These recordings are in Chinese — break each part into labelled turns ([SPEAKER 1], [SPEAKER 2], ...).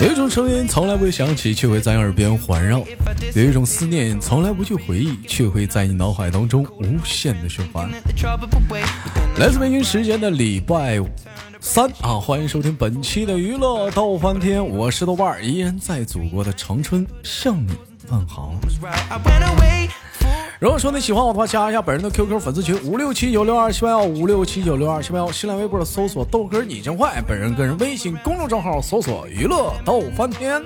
[SPEAKER 1] 有一种声音从来不会响起，却会在耳边环绕；有一种思念从来不去回忆，却会在你脑海当中无限的循环。来自北京时间的礼拜三啊，欢迎收听本期的娱乐逗翻天，我是豆瓣儿，依然在祖国的长春向你问好。如果说你喜欢我的话，加一下本人的 QQ 粉丝群五六七九六二七八幺五六七九六二七八幺，新浪微博搜索豆哥你真坏，本人个人微信公众账号搜索娱乐逗翻天。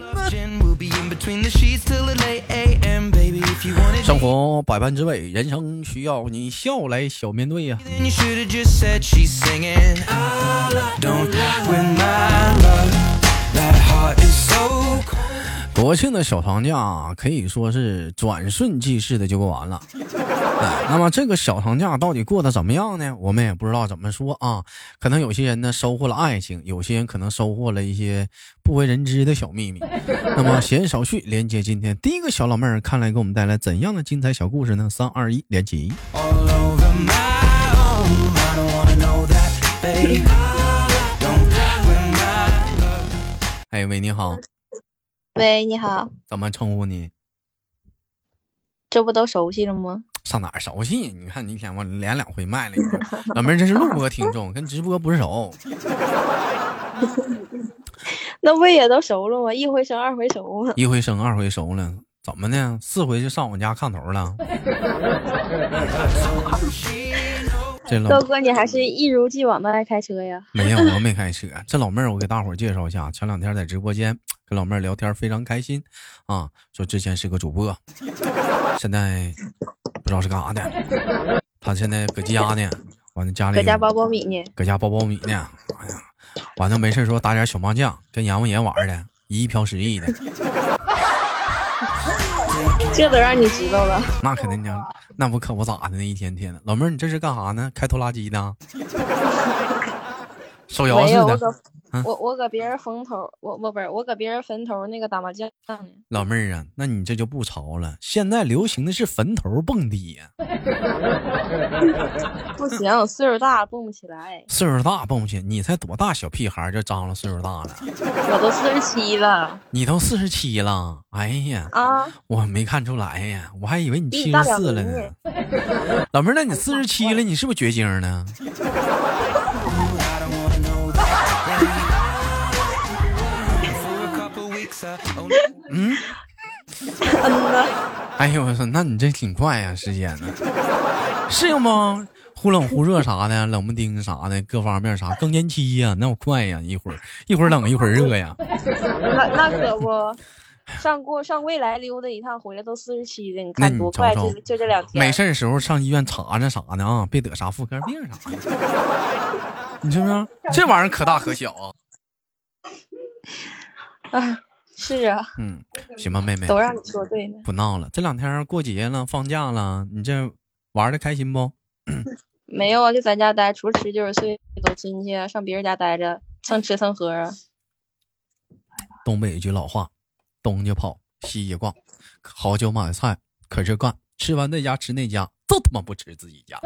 [SPEAKER 1] 生活百般滋味，人生需要你笑来小面对呀、国庆的小长假可以说是转瞬即逝的就过完了。哎那么这个小长假到底过得怎么样呢？我们也不知道怎么说啊。可能有些人呢收获了爱情，有些人可能收获了一些不为人知的小秘密。那么闲言少叙，连接今天第一个小老妹儿，看来给我们带来怎样的精彩小故事呢？三二一，连起。哎喂，你好，
[SPEAKER 2] 喂，你好，
[SPEAKER 1] 怎么称呼你？
[SPEAKER 2] 这不都熟悉了吗？
[SPEAKER 1] 上哪儿熟悉？你看你一天我连两回麦了已经，老妹儿这是录播听众，跟直播不熟。
[SPEAKER 2] 那不也都熟了吗？一回生二回熟啊吗？
[SPEAKER 1] 一回生二回熟了，怎么呢？四回就上我家炕头了。这老
[SPEAKER 2] 豆哥，你还是一如既往的爱开车呀？
[SPEAKER 1] 没有，我没开车。这老妹儿，我给大伙儿介绍一下，前两天在直播间跟老妹儿聊天非常开心啊，说之前是个主播，现在不知道是干啥的，她现在搁家呢，完了家里
[SPEAKER 2] 搁家包苞米呢？
[SPEAKER 1] 搁家包苞米呢，哎呀，完了没事儿说打点小麻将，跟阎王爷玩儿的，一亿飘十亿的。
[SPEAKER 2] 这都让你知道了，
[SPEAKER 1] 那肯定
[SPEAKER 2] 哦
[SPEAKER 1] 讲，那不可不咋的呢？一天天的，老妹儿，你这是干啥呢？开拖拉机呢？手摇
[SPEAKER 2] 没
[SPEAKER 1] 似
[SPEAKER 2] 有
[SPEAKER 1] 的。
[SPEAKER 2] 我搁我我搁别人坟头，我我不是我搁别人坟头那个打麻将呢。
[SPEAKER 1] 老妹儿啊，那你这就不潮了。现在流行的是坟头蹦迪呀，
[SPEAKER 2] 不行，岁数大蹦不起来，
[SPEAKER 1] 岁数大蹦不起。你才多大小屁孩儿就张罗岁数大了？
[SPEAKER 2] 我都四十七了
[SPEAKER 1] 你都四十七了，哎呀，
[SPEAKER 2] 啊！
[SPEAKER 1] 我没看出来呀，我还以为你
[SPEAKER 2] 比
[SPEAKER 1] 七
[SPEAKER 2] 你
[SPEAKER 1] 十
[SPEAKER 2] 大
[SPEAKER 1] 四
[SPEAKER 2] 两
[SPEAKER 1] 了
[SPEAKER 2] 年
[SPEAKER 1] 呢。老妹儿，那你四十七了，你是不是绝经呢？
[SPEAKER 2] 嗯呐，
[SPEAKER 1] 哎呦我操，那你这挺快呀、时间 呢？是要吗？忽冷忽热啥的，冷不丁啥的，各方面啥更年期呀、那我快呀、一会儿一会儿冷一会儿热 呀、
[SPEAKER 2] 那那可不。上过上未来溜达一趟，回来都四十七了，你
[SPEAKER 1] 那
[SPEAKER 2] 看
[SPEAKER 1] 你
[SPEAKER 2] 多
[SPEAKER 1] 瞅
[SPEAKER 2] 快！
[SPEAKER 1] 瞅
[SPEAKER 2] 就就这两天，
[SPEAKER 1] 没事儿时候上医院查查啥的啊，别得啥妇科病啥的。 你知不知道？这玩意儿可大可小啊。
[SPEAKER 2] 啊。是啊，
[SPEAKER 1] 嗯，行吧，妹妹，
[SPEAKER 2] 都让你说对了。
[SPEAKER 1] 不闹了。这两天过节了，放假了，你这玩的开心不？
[SPEAKER 2] 没有啊，就在家待，除了吃就是睡，走亲戚啊，上别人家待着，蹭吃蹭喝啊。
[SPEAKER 1] 东北有句老话，东家跑，西家逛，好酒买菜，可是干，吃完这家吃那家，都他妈不吃自己家，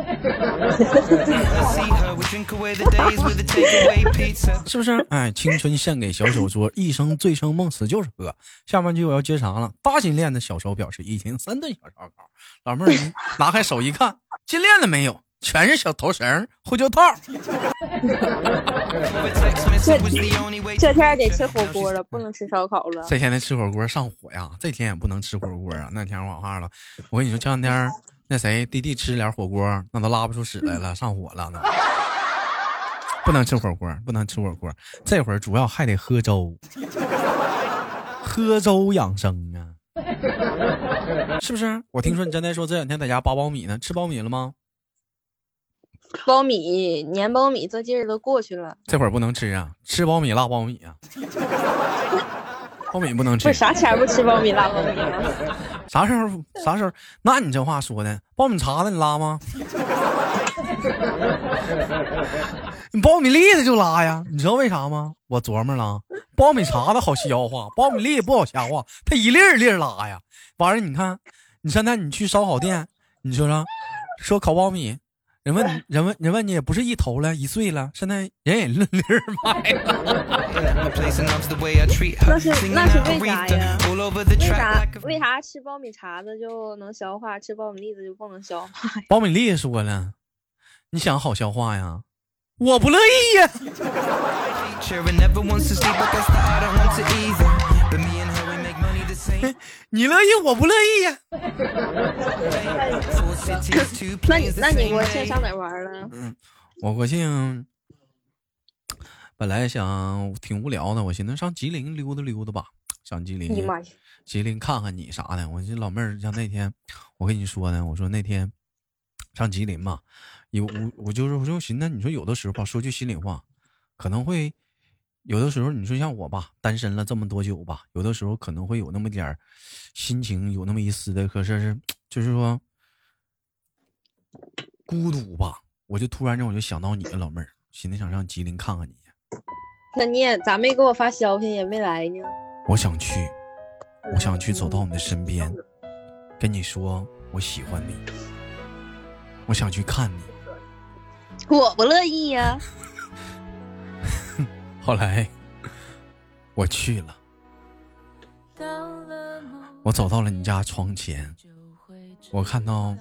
[SPEAKER 1] 是不是？哎，青春献给小手镯，一生醉生梦死就是喝。下半句我要接啥了？大金链子小手表是一天三顿小烧烤。老妹儿，你拿开手一看，金链子没有，全是小头绳儿、护袖套。
[SPEAKER 2] 这天儿得吃火锅了，不能吃烧烤了。
[SPEAKER 1] 这天天吃火锅上火呀，这天也不能吃火锅啊。那天我话了，我跟你说，前两天儿那谁弟弟吃点火锅，那都拉不出屎来了，上火了呢。不能吃火锅，不能吃火锅，这会儿主要还得喝粥，喝粥养生啊，是不是？我听说你刚才说这两天在家扒苞米呢，吃苞米了吗？
[SPEAKER 2] 苞米粘苞米这劲儿都过去了，
[SPEAKER 1] 这会儿不能吃啊，吃苞米辣苞米啊，苞米不能吃。
[SPEAKER 2] 不是啥前儿不吃苞米拉苞米了。
[SPEAKER 1] 啥时候？啥时候？那你这话说的，苞米碴子你拉吗？ 你苞米粒子就拉呀？你知道为啥吗？我琢磨了，啊苞米碴子好消化，苞米粒子不好消化，它一粒儿一粒儿拉呀。完了，你看，你现在你去烧烤店，你说说，说烤苞米，人问人问人问你也不是一头了，一岁了，现在人也论粒儿卖
[SPEAKER 2] 那是那是为啥呀？为啥
[SPEAKER 3] All
[SPEAKER 2] 为啥吃苞米碴子就能消化，吃苞米粒子就不能消化？
[SPEAKER 1] 苞米粒说了，你想好消化呀？我不乐意呀。你乐意，我不乐意呀。
[SPEAKER 2] 那你那你国庆上哪玩儿了？
[SPEAKER 1] 我国庆本来想挺无聊的，我寻思上吉林溜达溜达吧，上吉林
[SPEAKER 2] 哎呀妈呀！
[SPEAKER 1] 吉林看看你啥的。我这老妹儿，像那天我跟你说的，我说那天上吉林嘛，有我我就是我就寻思，你说有的时候吧，说句心里话，可能会有的时候，你说像我吧，单身了这么多久吧，有的时候可能会有那么点儿心情，有那么一丝的，可是是就是说孤独吧。我就突然间我就想到你了，老妹儿，寻思想上吉林看看你，
[SPEAKER 2] 那你也咋没给我发消息，也没来呢？
[SPEAKER 1] 我想去，我想去走到你的身边，跟你说我喜欢你，我想去看你。
[SPEAKER 2] 我不乐意呀、
[SPEAKER 1] 后来我去了，我走到了你家床前，我看到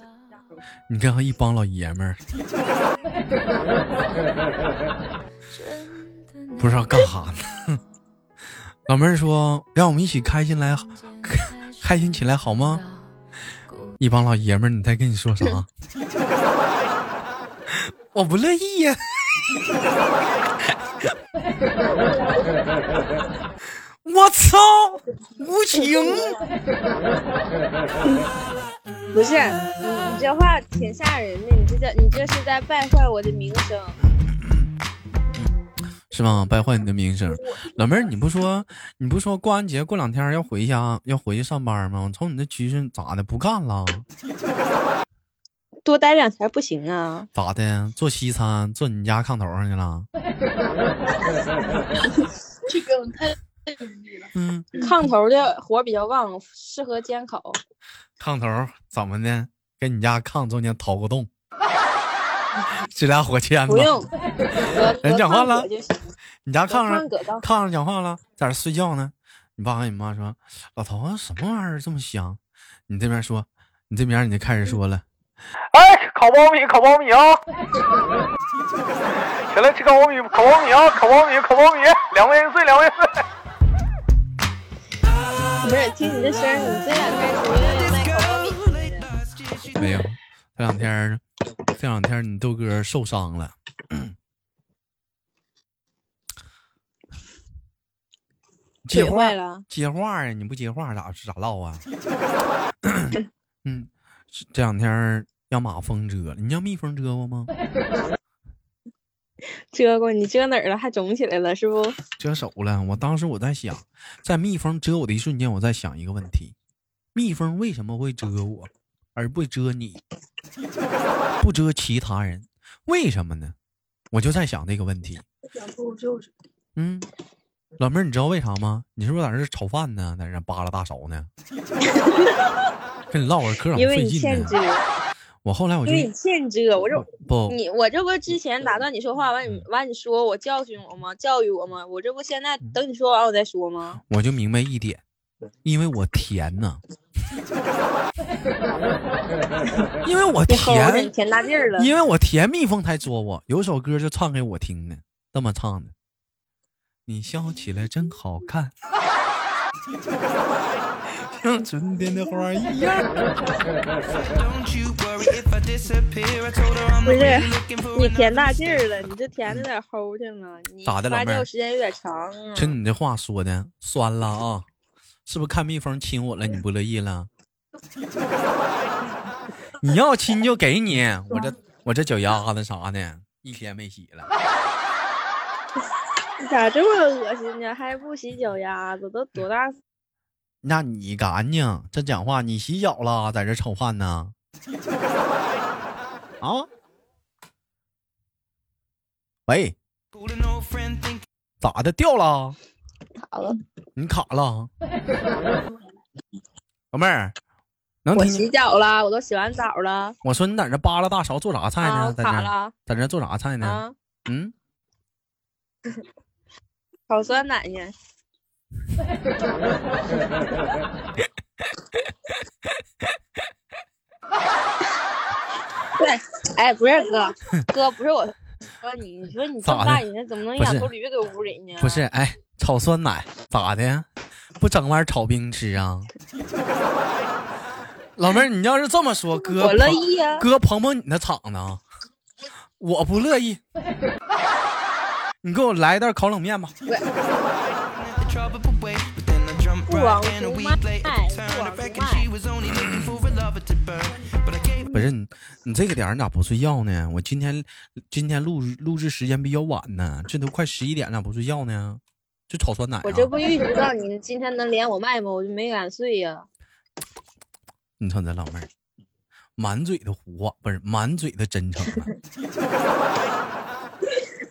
[SPEAKER 1] 你看看一帮老爷们儿，不知道干哈呢。 老妹儿说：“让我们一起开心来，开心起来好吗？”一帮老爷们儿，你在跟你 说啥？我不乐意呀、 我操，无情！
[SPEAKER 2] 不是，你你这话挺吓人的，你这叫你这是在败坏我的名声。
[SPEAKER 1] 是吧？败坏你的名声，老妹儿，你不说你不说过完节过两天要回家要回去上班吗？我瞅你这趋势咋的？不干了？
[SPEAKER 2] 多待两天不行啊！
[SPEAKER 1] 咋的？做西餐坐你家炕头上去了？
[SPEAKER 3] 这个我太
[SPEAKER 1] 嗯，
[SPEAKER 2] 炕头的火比较旺，适合煎烤。
[SPEAKER 1] 炕头怎么的？跟你家炕中间掏个洞， 这俩火签子
[SPEAKER 2] 不。 用，隔
[SPEAKER 1] 嗯人
[SPEAKER 2] 隔
[SPEAKER 1] 讲话
[SPEAKER 2] 炕
[SPEAKER 1] 了
[SPEAKER 2] 葛就行。
[SPEAKER 1] 你家
[SPEAKER 2] 我
[SPEAKER 1] 炕上
[SPEAKER 2] 炕搁到
[SPEAKER 1] 炕上讲话了，在这睡觉呢。你爸和你妈说：“老头啊，什么玩意儿这么香？”你这边说，你这边你就开始说了。
[SPEAKER 4] 哎，烤苞米，烤苞米啊！起来吃烤苞米，烤苞米啊，烤苞米，烤苞米，两块钱一碎，两块钱一碎。
[SPEAKER 2] 不是，听你这声儿，你这两天出去卖烤苞米
[SPEAKER 1] 没有，这两天儿这两天儿你豆哥受伤了。接
[SPEAKER 2] 腿
[SPEAKER 1] 话
[SPEAKER 2] 坏了，
[SPEAKER 1] 接话呀！你不接话咋咋唠啊？嗯，是这两天儿让马蜂蛰了，你让蜜蜂蛰过吗？
[SPEAKER 2] 遮过你遮哪儿了？还肿起来了是不？
[SPEAKER 1] 遮手了。我当时我在想，在蜜蜂蛰我的一瞬间，我在想一个问题：蜜蜂为什么会蛰我，而不蛰你， 不蛰其他人？为什么呢？我就在想这个问题。
[SPEAKER 3] 想不就是
[SPEAKER 1] 嗯，老妹儿，你知道为啥吗？你是不是在这炒饭呢？在这扒拉大勺呢？ 跟你唠会儿嗑儿，
[SPEAKER 2] 因为
[SPEAKER 1] 费
[SPEAKER 2] 你
[SPEAKER 1] 劲
[SPEAKER 2] 欠
[SPEAKER 1] 呢
[SPEAKER 2] 遮，
[SPEAKER 1] 我后来我就嗯
[SPEAKER 2] 因为你嗯欠遮，我这
[SPEAKER 1] 不
[SPEAKER 2] 你我这不之
[SPEAKER 1] 嗯
[SPEAKER 2] 前打断你说话，完你完你说我教训我吗？教育我吗？我这不现在
[SPEAKER 1] 嗯
[SPEAKER 2] 等你说完我再说吗？
[SPEAKER 1] 我就明白一点，因为我甜呐，因为我
[SPEAKER 2] 你齁着，你
[SPEAKER 1] 甜，
[SPEAKER 2] 甜大劲儿了。
[SPEAKER 1] 因为我甜，蜜蜂才捉我。有首歌就唱给我听的，这么唱的：你笑起来真好看，像春天的花一样。
[SPEAKER 2] 不是，你甜大劲儿了，你这甜的有点齁去了，你
[SPEAKER 1] 咋的老
[SPEAKER 2] 发
[SPEAKER 1] 妹儿
[SPEAKER 2] 酵时间有点长啊。
[SPEAKER 1] 听你这话说的酸了啊，是不是看蜜蜂亲我了，你不乐意了？ 你要亲就给你，我这我这脚丫子啥的，一天没洗了。
[SPEAKER 2] 你咋这么恶心呢？还不洗脚丫子，都多大？
[SPEAKER 1] 那你干净，这讲话你洗脚了，在这炒饭呢？ 啊？喂，咋的掉了？
[SPEAKER 2] 卡了，
[SPEAKER 1] 你卡了？老妹儿，能
[SPEAKER 2] 我
[SPEAKER 1] 听见
[SPEAKER 2] 洗脚了，我都洗完澡了，
[SPEAKER 1] 我说你在这扒拉大勺做啥菜
[SPEAKER 2] 啊，
[SPEAKER 1] 呢
[SPEAKER 2] 我？
[SPEAKER 1] 在
[SPEAKER 2] 卡
[SPEAKER 1] 这
[SPEAKER 2] 了
[SPEAKER 1] 在这做啥菜呢？
[SPEAKER 2] 啊，
[SPEAKER 1] 嗯，
[SPEAKER 2] 烤酸奶呢。对，哎，不是哥，哥不是我说你，你说你这
[SPEAKER 1] 咋
[SPEAKER 2] 么大
[SPEAKER 1] 的
[SPEAKER 2] 人怎么能
[SPEAKER 1] 不
[SPEAKER 2] 养
[SPEAKER 1] 是
[SPEAKER 2] 头驴搁屋里呢？
[SPEAKER 1] 不是，哎，炒酸奶咋的？不整碗炒冰吃啊？ 老妹儿，你要是这么说，哥
[SPEAKER 2] 我乐
[SPEAKER 1] 捧
[SPEAKER 2] 意啊呀、
[SPEAKER 1] 哥捧捧你的场子啊，我不乐 意。你给我来一袋烤冷面吧。
[SPEAKER 2] 不枉无卖，不枉无卖。
[SPEAKER 1] 不是你，你这个点儿你咋不睡觉呢？我今天今天录录制时间比较晚呢，这都快十一点了，不睡觉呢？就炒酸奶、啊。
[SPEAKER 2] 我这不预知到你今天能连我麦吗？我就没敢睡呀、
[SPEAKER 1] 你瞅你这老妹儿，满嘴的胡话，不是满嘴的真诚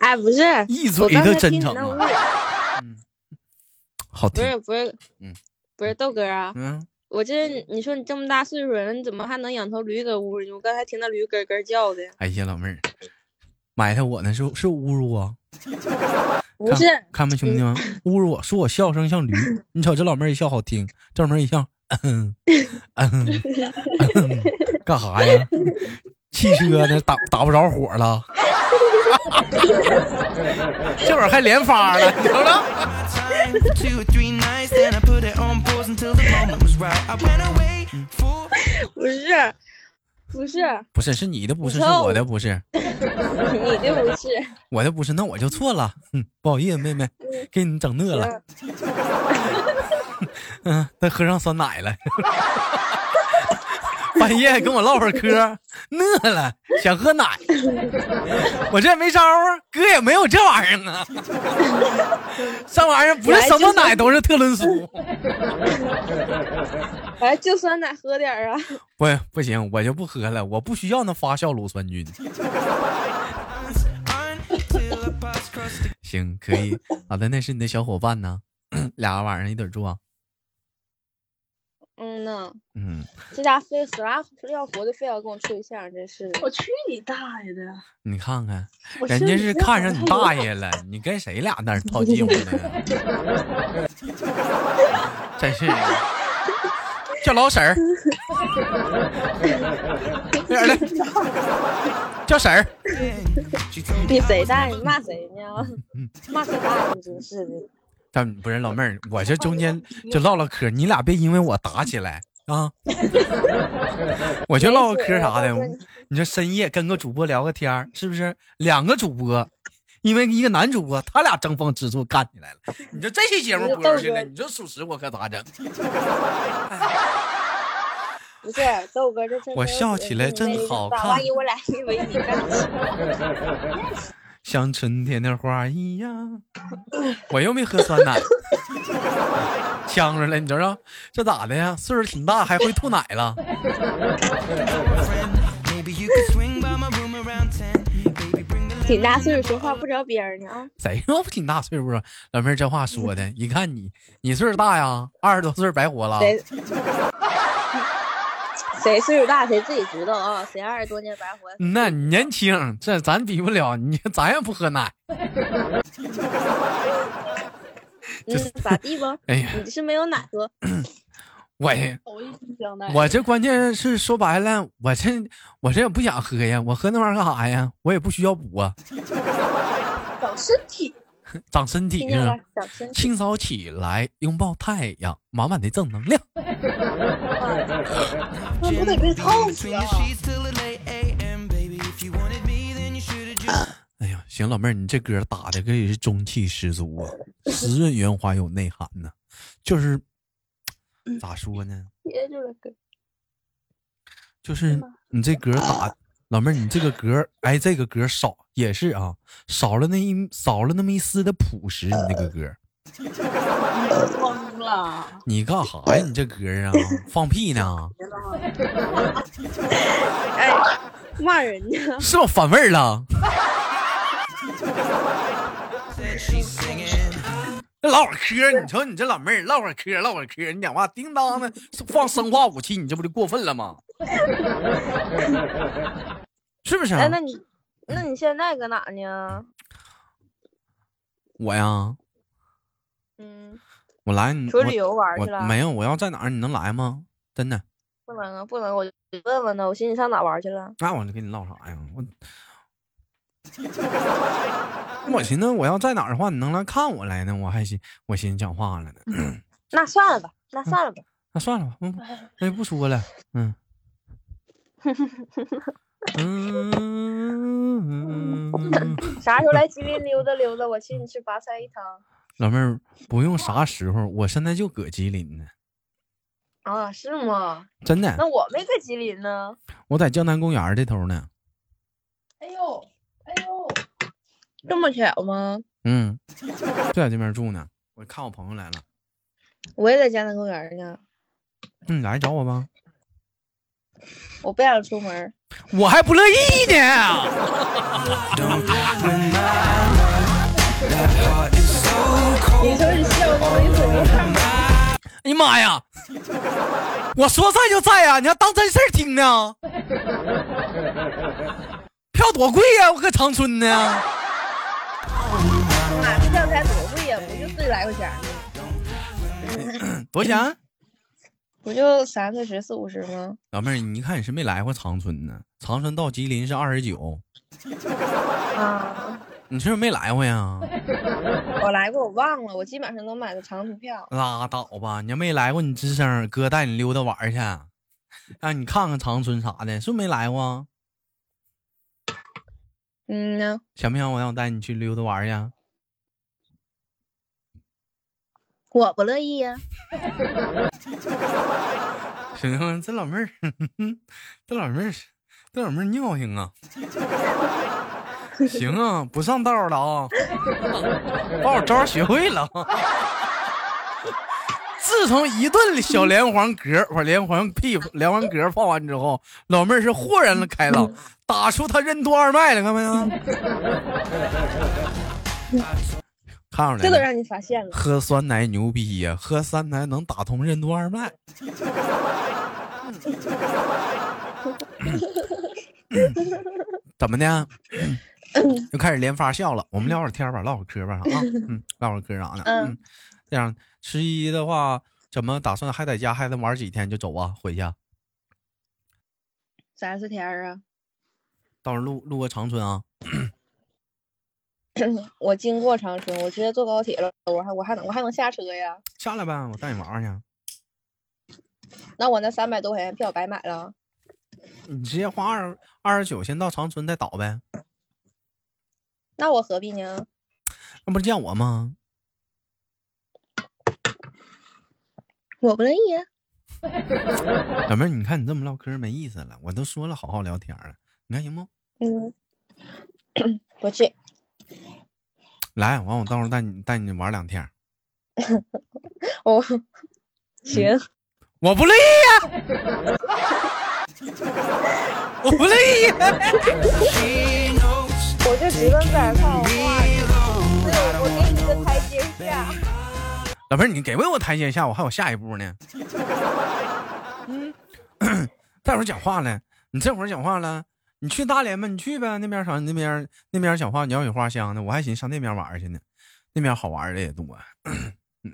[SPEAKER 1] 啊，
[SPEAKER 2] 哎，不是，
[SPEAKER 1] 一
[SPEAKER 2] 我
[SPEAKER 1] 嘴
[SPEAKER 2] 刚
[SPEAKER 1] 的
[SPEAKER 2] 才
[SPEAKER 1] 真
[SPEAKER 2] 听你
[SPEAKER 1] 诚
[SPEAKER 2] 那屋
[SPEAKER 1] 啊，好
[SPEAKER 2] 不
[SPEAKER 1] 听。
[SPEAKER 2] 是不是，
[SPEAKER 1] 嗯
[SPEAKER 2] 不是豆哥啊，
[SPEAKER 1] 嗯，
[SPEAKER 2] 我这你说你这么大岁数了，你怎么还能养头驴搁屋里？我刚才听到驴咯咯叫的，
[SPEAKER 1] 哎呀，老妹儿，埋汰我呢是是侮辱我？
[SPEAKER 2] 不是，嗯
[SPEAKER 1] 看看没兄弟们，侮辱我说我笑声 像驴，你瞅这老妹儿一笑好听，这老妹儿一笑，嗯嗯 嗯，干啥呀？汽车呢？打打不着火 了，这会儿还连发了，你瞅瞅。
[SPEAKER 2] 不是，不是，
[SPEAKER 1] 不是，是你的不是，
[SPEAKER 2] 你
[SPEAKER 1] 是
[SPEAKER 2] 说
[SPEAKER 1] 我
[SPEAKER 2] 我
[SPEAKER 1] 的不是，嗯
[SPEAKER 2] 你的不是，
[SPEAKER 1] 我的不是，那我就错了，嗯，不好意思，妹妹，给你整乐了，嗯，再喝上酸奶了， 半夜跟我唠会儿嗑，饿了想喝奶，我这没招啊，哥也没有这玩意儿啊，这玩意儿不是什么奶都是特仑苏，
[SPEAKER 2] 哎，就酸奶喝点儿啊，
[SPEAKER 1] 不不行，我就不喝了，我不需要那发酵乳酸菌。行，可以。好的，那是你的小伙伴呢， 俩晚上一起住啊。
[SPEAKER 2] 嗯呐，
[SPEAKER 1] 嗯，
[SPEAKER 2] 这家非死拉要活的，非要跟我处对象，真是的。
[SPEAKER 3] 我去你大爷的！
[SPEAKER 1] 你看看，
[SPEAKER 3] 我
[SPEAKER 1] 人
[SPEAKER 3] 心
[SPEAKER 1] 家
[SPEAKER 3] 里
[SPEAKER 1] 是
[SPEAKER 3] 真
[SPEAKER 1] 看
[SPEAKER 3] 好
[SPEAKER 1] 上
[SPEAKER 3] 像
[SPEAKER 1] 你
[SPEAKER 3] 有
[SPEAKER 1] 大爷了，你跟谁俩那儿套近乎呢？真是的，叫老婶儿，快点儿来，叫婶儿。
[SPEAKER 2] 比谁大爷骂谁 呢？
[SPEAKER 1] 嗯
[SPEAKER 2] 骂谁大爷，真是的。
[SPEAKER 1] 但不是老妹儿，我这中 间就唠唠嗑，你俩别因为我打起来啊！我就唠个嗑啥的
[SPEAKER 2] 没事，
[SPEAKER 1] 你说深夜跟个主播聊个天儿是不是？两个主播，因为一个男主播，他俩争风吃醋干起来了。你说这期节目播出去了，你说属实我可咋整？
[SPEAKER 2] 不是豆哥，这真
[SPEAKER 1] 我
[SPEAKER 2] 没有
[SPEAKER 1] 笑
[SPEAKER 2] 姐
[SPEAKER 1] 起来
[SPEAKER 2] 妹
[SPEAKER 1] 真
[SPEAKER 2] 魅力
[SPEAKER 1] 好
[SPEAKER 2] 大
[SPEAKER 1] 看
[SPEAKER 2] 万一我俩 因为你干起 来，
[SPEAKER 1] 像春天的花一样，我又没喝酸 奶，呛着了，你知道这咋的呀？岁数挺大还会吐奶了。
[SPEAKER 2] 挺大岁数说话不着边儿呢啊！
[SPEAKER 1] 谁说挺大岁数啊？老妹儿这话说
[SPEAKER 3] 嗯
[SPEAKER 1] 的，一看你，你岁数大呀，二十多岁白活了。
[SPEAKER 2] 谁谁岁数大谁自己知道啊？谁二十多年白活？
[SPEAKER 1] 嗯呐，你年轻，这咱比不了，你咱也不喝奶。
[SPEAKER 2] 嗯，咋地吧？
[SPEAKER 1] 哎呀，
[SPEAKER 2] 你是没有奶喝，
[SPEAKER 1] 我也，
[SPEAKER 3] 嗯头一次相待，
[SPEAKER 1] 我这关键是说白了，我这我这也不想喝呀，我喝那玩意儿干啥呀？我也不需要补啊，
[SPEAKER 3] 长身体，
[SPEAKER 1] 长身体
[SPEAKER 2] 听见
[SPEAKER 1] 呢
[SPEAKER 2] 了。，小声
[SPEAKER 1] 清早起来，拥抱太阳，满满的正能量。
[SPEAKER 3] 那不得被烫死啊！
[SPEAKER 1] 哎呀，行，老妹儿，你这歌打的可以是中气十足啊，时润圆滑有内涵呢、就是咋说呢？
[SPEAKER 2] 憋住了哥，
[SPEAKER 1] 就是你这歌打，老妹儿，你这个歌，哎，这个歌少也是啊，少了那一少了那么一丝的朴实，你这个歌，
[SPEAKER 3] 疯了！
[SPEAKER 1] 你干啥呀？你这歌啊，放屁呢？
[SPEAKER 2] 骂人呢！
[SPEAKER 1] 是我反味儿了？唠会儿嗑，你瞅你这老妹儿唠会儿嗑，唠会儿嗑，你讲话叮当的放生化武器，你这不就过分了吗？是不是啊、
[SPEAKER 2] 哎，那你那你现在搁哪呢？
[SPEAKER 1] 我呀，
[SPEAKER 2] 嗯，
[SPEAKER 1] 我来你
[SPEAKER 2] 出去旅游玩去
[SPEAKER 1] 我
[SPEAKER 2] 了？
[SPEAKER 1] 没有，我要在哪儿你能来吗？真的，
[SPEAKER 2] 不能啊，不能，我就问问呢。我寻思你上哪玩去了？
[SPEAKER 1] 那我就跟你唠啥呀？ 我我寻思我要在哪儿的话，你能来看我来呢？我还寻我寻思讲话了呢。
[SPEAKER 2] 那算了吧，那算了吧。
[SPEAKER 1] 那算了吧，嗯，那就不说了，嗯。嗯，
[SPEAKER 2] 啥时候来吉林溜达溜达？我请你吃拔菜一汤。
[SPEAKER 1] 老妹儿不用啥时候，我现在就搁吉林呢，
[SPEAKER 2] 啊，是吗？
[SPEAKER 1] 真
[SPEAKER 2] 那
[SPEAKER 1] 的，
[SPEAKER 2] 我没搁吉林呢。
[SPEAKER 1] 我在江南公园这头呢。
[SPEAKER 3] 哎呦，哎呦，
[SPEAKER 2] 这么巧吗？
[SPEAKER 1] 嗯，就在这边住呢。我看我朋友来了，
[SPEAKER 2] 我也在江南公园呢。
[SPEAKER 1] 嗯，来找我吧。
[SPEAKER 2] 我不想出门。
[SPEAKER 1] 我还不乐意呢。
[SPEAKER 3] 你瞅你笑的，我一会儿就看
[SPEAKER 1] 哎呀妈呀！我说在就在啊呀、你还当真事儿听呢？票多贵呀、我搁长春呢。
[SPEAKER 2] 买个教材多贵呀，不就四十来块钱儿吗？
[SPEAKER 1] 多少钱？
[SPEAKER 2] 不就三四十、四五十吗？
[SPEAKER 1] 老妹儿，你一看你是没来过长春呢。长春到吉林是二十九，
[SPEAKER 2] 啊，
[SPEAKER 1] 你是不是没来过呀？
[SPEAKER 2] 我来过，我忘了，我基本上都买的长途票。
[SPEAKER 1] 拉倒吧，你要没来过，你吱声，哥带你溜达玩儿去，让你看看长春啥的，是不是没来过？啊
[SPEAKER 2] 嗯呢，
[SPEAKER 1] 想不想我让我带你去溜达玩儿去？啊
[SPEAKER 2] 我不乐意呀、
[SPEAKER 1] 行啊，这老妹儿， 这老妹儿，这老妹儿尿性啊！行啊，不上道了啊，把我招儿学会了。啊自从一顿小连环嗝，把连环屁股连环嗝放完之后，老妹儿是豁然了开朗，打出她任督二脉了，看没有？看出
[SPEAKER 2] 这都
[SPEAKER 1] 来了，
[SPEAKER 2] 让你发现了。
[SPEAKER 1] 喝酸奶牛逼呀、喝酸奶能打通任督二脉。怎么的？啊又开始连发笑了。我们聊会儿天儿吧，唠会儿嗑吧啊，嗯，唠会儿嗑啥的。
[SPEAKER 2] 嗯
[SPEAKER 1] 嗯，这样十一的话，怎么打算还在家还能玩几天就走啊？回去，
[SPEAKER 2] 三四天儿啊，
[SPEAKER 1] 到时候路路过长春啊。
[SPEAKER 2] 我经过长春，我直接坐高铁了，我还我还能我还能下车呀？
[SPEAKER 1] 下来呗，我带你玩玩去。
[SPEAKER 2] 那我那三百多块钱票白买了。
[SPEAKER 1] 你直接花二二十九，先到长春再倒呗。
[SPEAKER 2] 那我何必呢？
[SPEAKER 1] 那不是见我吗？
[SPEAKER 2] 我不乐意呀、
[SPEAKER 1] 小妹儿，你看你这么唠嗑没意思了，我都说了好好聊天了，你看行不？
[SPEAKER 2] 嗯， 不去，
[SPEAKER 1] 来，完我到时候带你带你玩两天。
[SPEAKER 2] 我嗯行，
[SPEAKER 1] 我不乐意呀、 我不乐意呀、
[SPEAKER 2] 我就直奔在这画我给你个台阶下。
[SPEAKER 1] 老妹儿，你给不给我台阶下？我还有下一步呢。嗯， 待会儿讲话了，你这会儿讲话了，你去大连吧，你去呗，那边啥，那边那边讲话鸟语花香的，我还寻思上那边玩儿去呢，那边好玩儿的也多。嗯，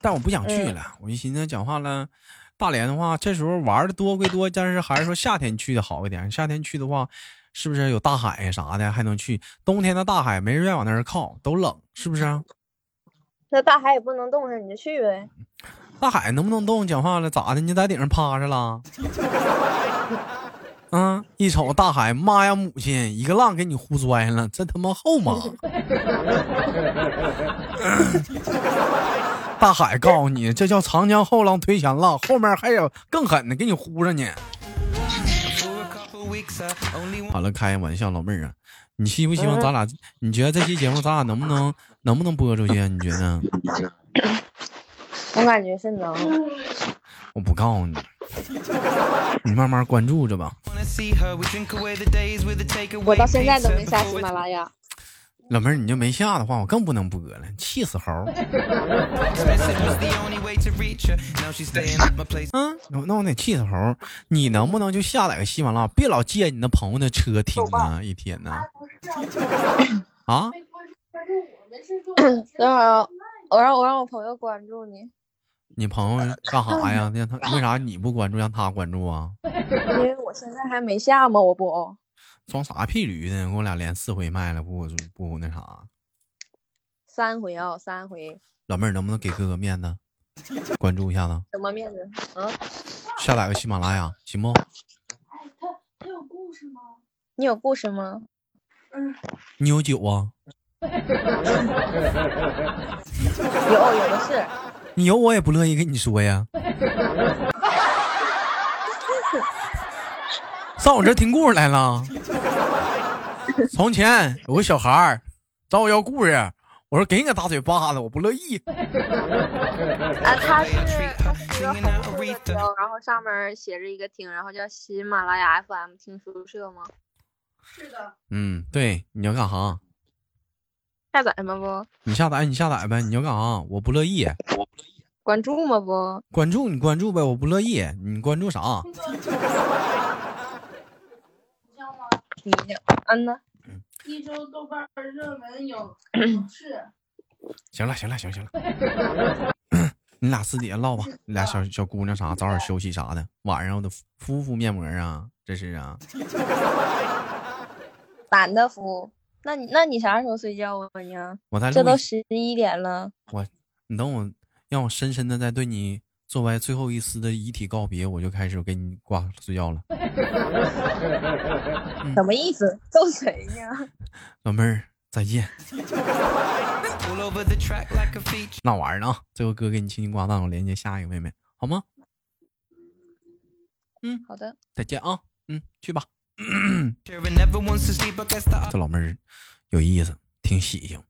[SPEAKER 1] 但我不想去了，我就寻思讲话了，大连的话，这时候玩的多归多，但是还是说夏天去的好一点。夏天去的话，是不是有大海呀啥的还能去？冬天的大海没人愿意往那儿靠，都冷，是不是啊？
[SPEAKER 2] 那大海也不能冻上，你就去呗。
[SPEAKER 1] 大海能不能动？讲话了，咋的？你在顶上趴着了？啊！一瞅大海，妈呀，母亲，一个浪给你呼摔了，真他妈后妈！大海告诉你，这叫长江后浪推前浪，后面还有更狠的，给你呼上你。好了，开玩笑，老妹儿啊，你希不希望咱俩？你觉得这期节目咱俩能不能能不能播出去啊？你觉得？
[SPEAKER 2] 我感觉是能，
[SPEAKER 1] 我不告诉你，你慢慢关注着吧。
[SPEAKER 2] 我
[SPEAKER 5] 我
[SPEAKER 2] 到现在都没下喜马拉雅。
[SPEAKER 1] 老妹儿，你就没下的话，我更不能播了，气死猴儿！嗯，那那我得气死猴儿。你能不能就下载个喜马拉雅，别老借你那朋友的车听啊，一天呢？啊，
[SPEAKER 2] 等会儿啊我让我让我朋友关注你，
[SPEAKER 1] 你朋友干啥呀？让他为啥你不关注，让他关注啊？
[SPEAKER 2] 因为我现在还没下嘛，我不哦。
[SPEAKER 1] 装啥屁驴呢？给我俩连四回麦了，不不不那啥。
[SPEAKER 2] 三回啊、三回，
[SPEAKER 1] 老妹儿，能不能给哥哥面子，关注一下子，
[SPEAKER 2] 什么面子？嗯，
[SPEAKER 1] 下载个喜马拉雅，行不？
[SPEAKER 3] 他有故事吗？
[SPEAKER 2] 你有故事吗？
[SPEAKER 1] 你有酒啊？
[SPEAKER 2] 有有的是，
[SPEAKER 1] 你有我也不乐意跟你说呀。上我这听故事来了。从前有个小孩儿找我要故事，我说给你个大嘴巴子，我不乐意。
[SPEAKER 2] 啊，他是他是一个红色的标，然后上面写着一个厅，然后叫喜马拉雅 FM 听书社吗？
[SPEAKER 3] 是的，
[SPEAKER 1] 嗯，对，你要干啥？
[SPEAKER 2] 下载吗不？
[SPEAKER 1] 你下载你下载呗，你要干啥？我不乐意。
[SPEAKER 2] 关注吗不？
[SPEAKER 1] 关注你关注呗，我不乐意。你关注啥？
[SPEAKER 3] 你知道吗？
[SPEAKER 2] 你呢嗯呢？
[SPEAKER 3] 一周豆瓣儿热门有是
[SPEAKER 1] 行了行了行了行了， 你俩私底下唠吧，你俩小小姑娘啥，早点休息啥的，晚上我得敷敷面膜啊，这是啊。
[SPEAKER 2] 懒得敷。那你那你啥时候睡觉啊你啊？
[SPEAKER 1] 我再
[SPEAKER 2] 这
[SPEAKER 1] 录
[SPEAKER 2] 都
[SPEAKER 1] 一，
[SPEAKER 2] 十一点了，
[SPEAKER 1] 我你等我，让我深深的再对你做完最后一丝的遗体告别，我就开始给你挂睡觉了。
[SPEAKER 2] 什么意思？揍谁呢？
[SPEAKER 1] 老妹儿，再见。那玩意儿呢啊，最后哥给你轻轻挂断，我连接下一个妹妹，好吗？
[SPEAKER 2] 好的，
[SPEAKER 1] 再见啊，嗯，去吧。这老妹儿有意思，挺喜庆。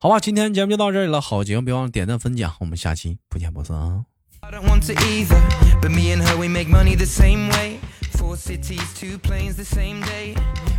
[SPEAKER 1] 好吧，今天节目就到这里了，好节目别忘了点赞分享，我们下期不见不散啊。
[SPEAKER 5] I don't want to either, but me and her we make money the same way. Four cities, two planes the same day.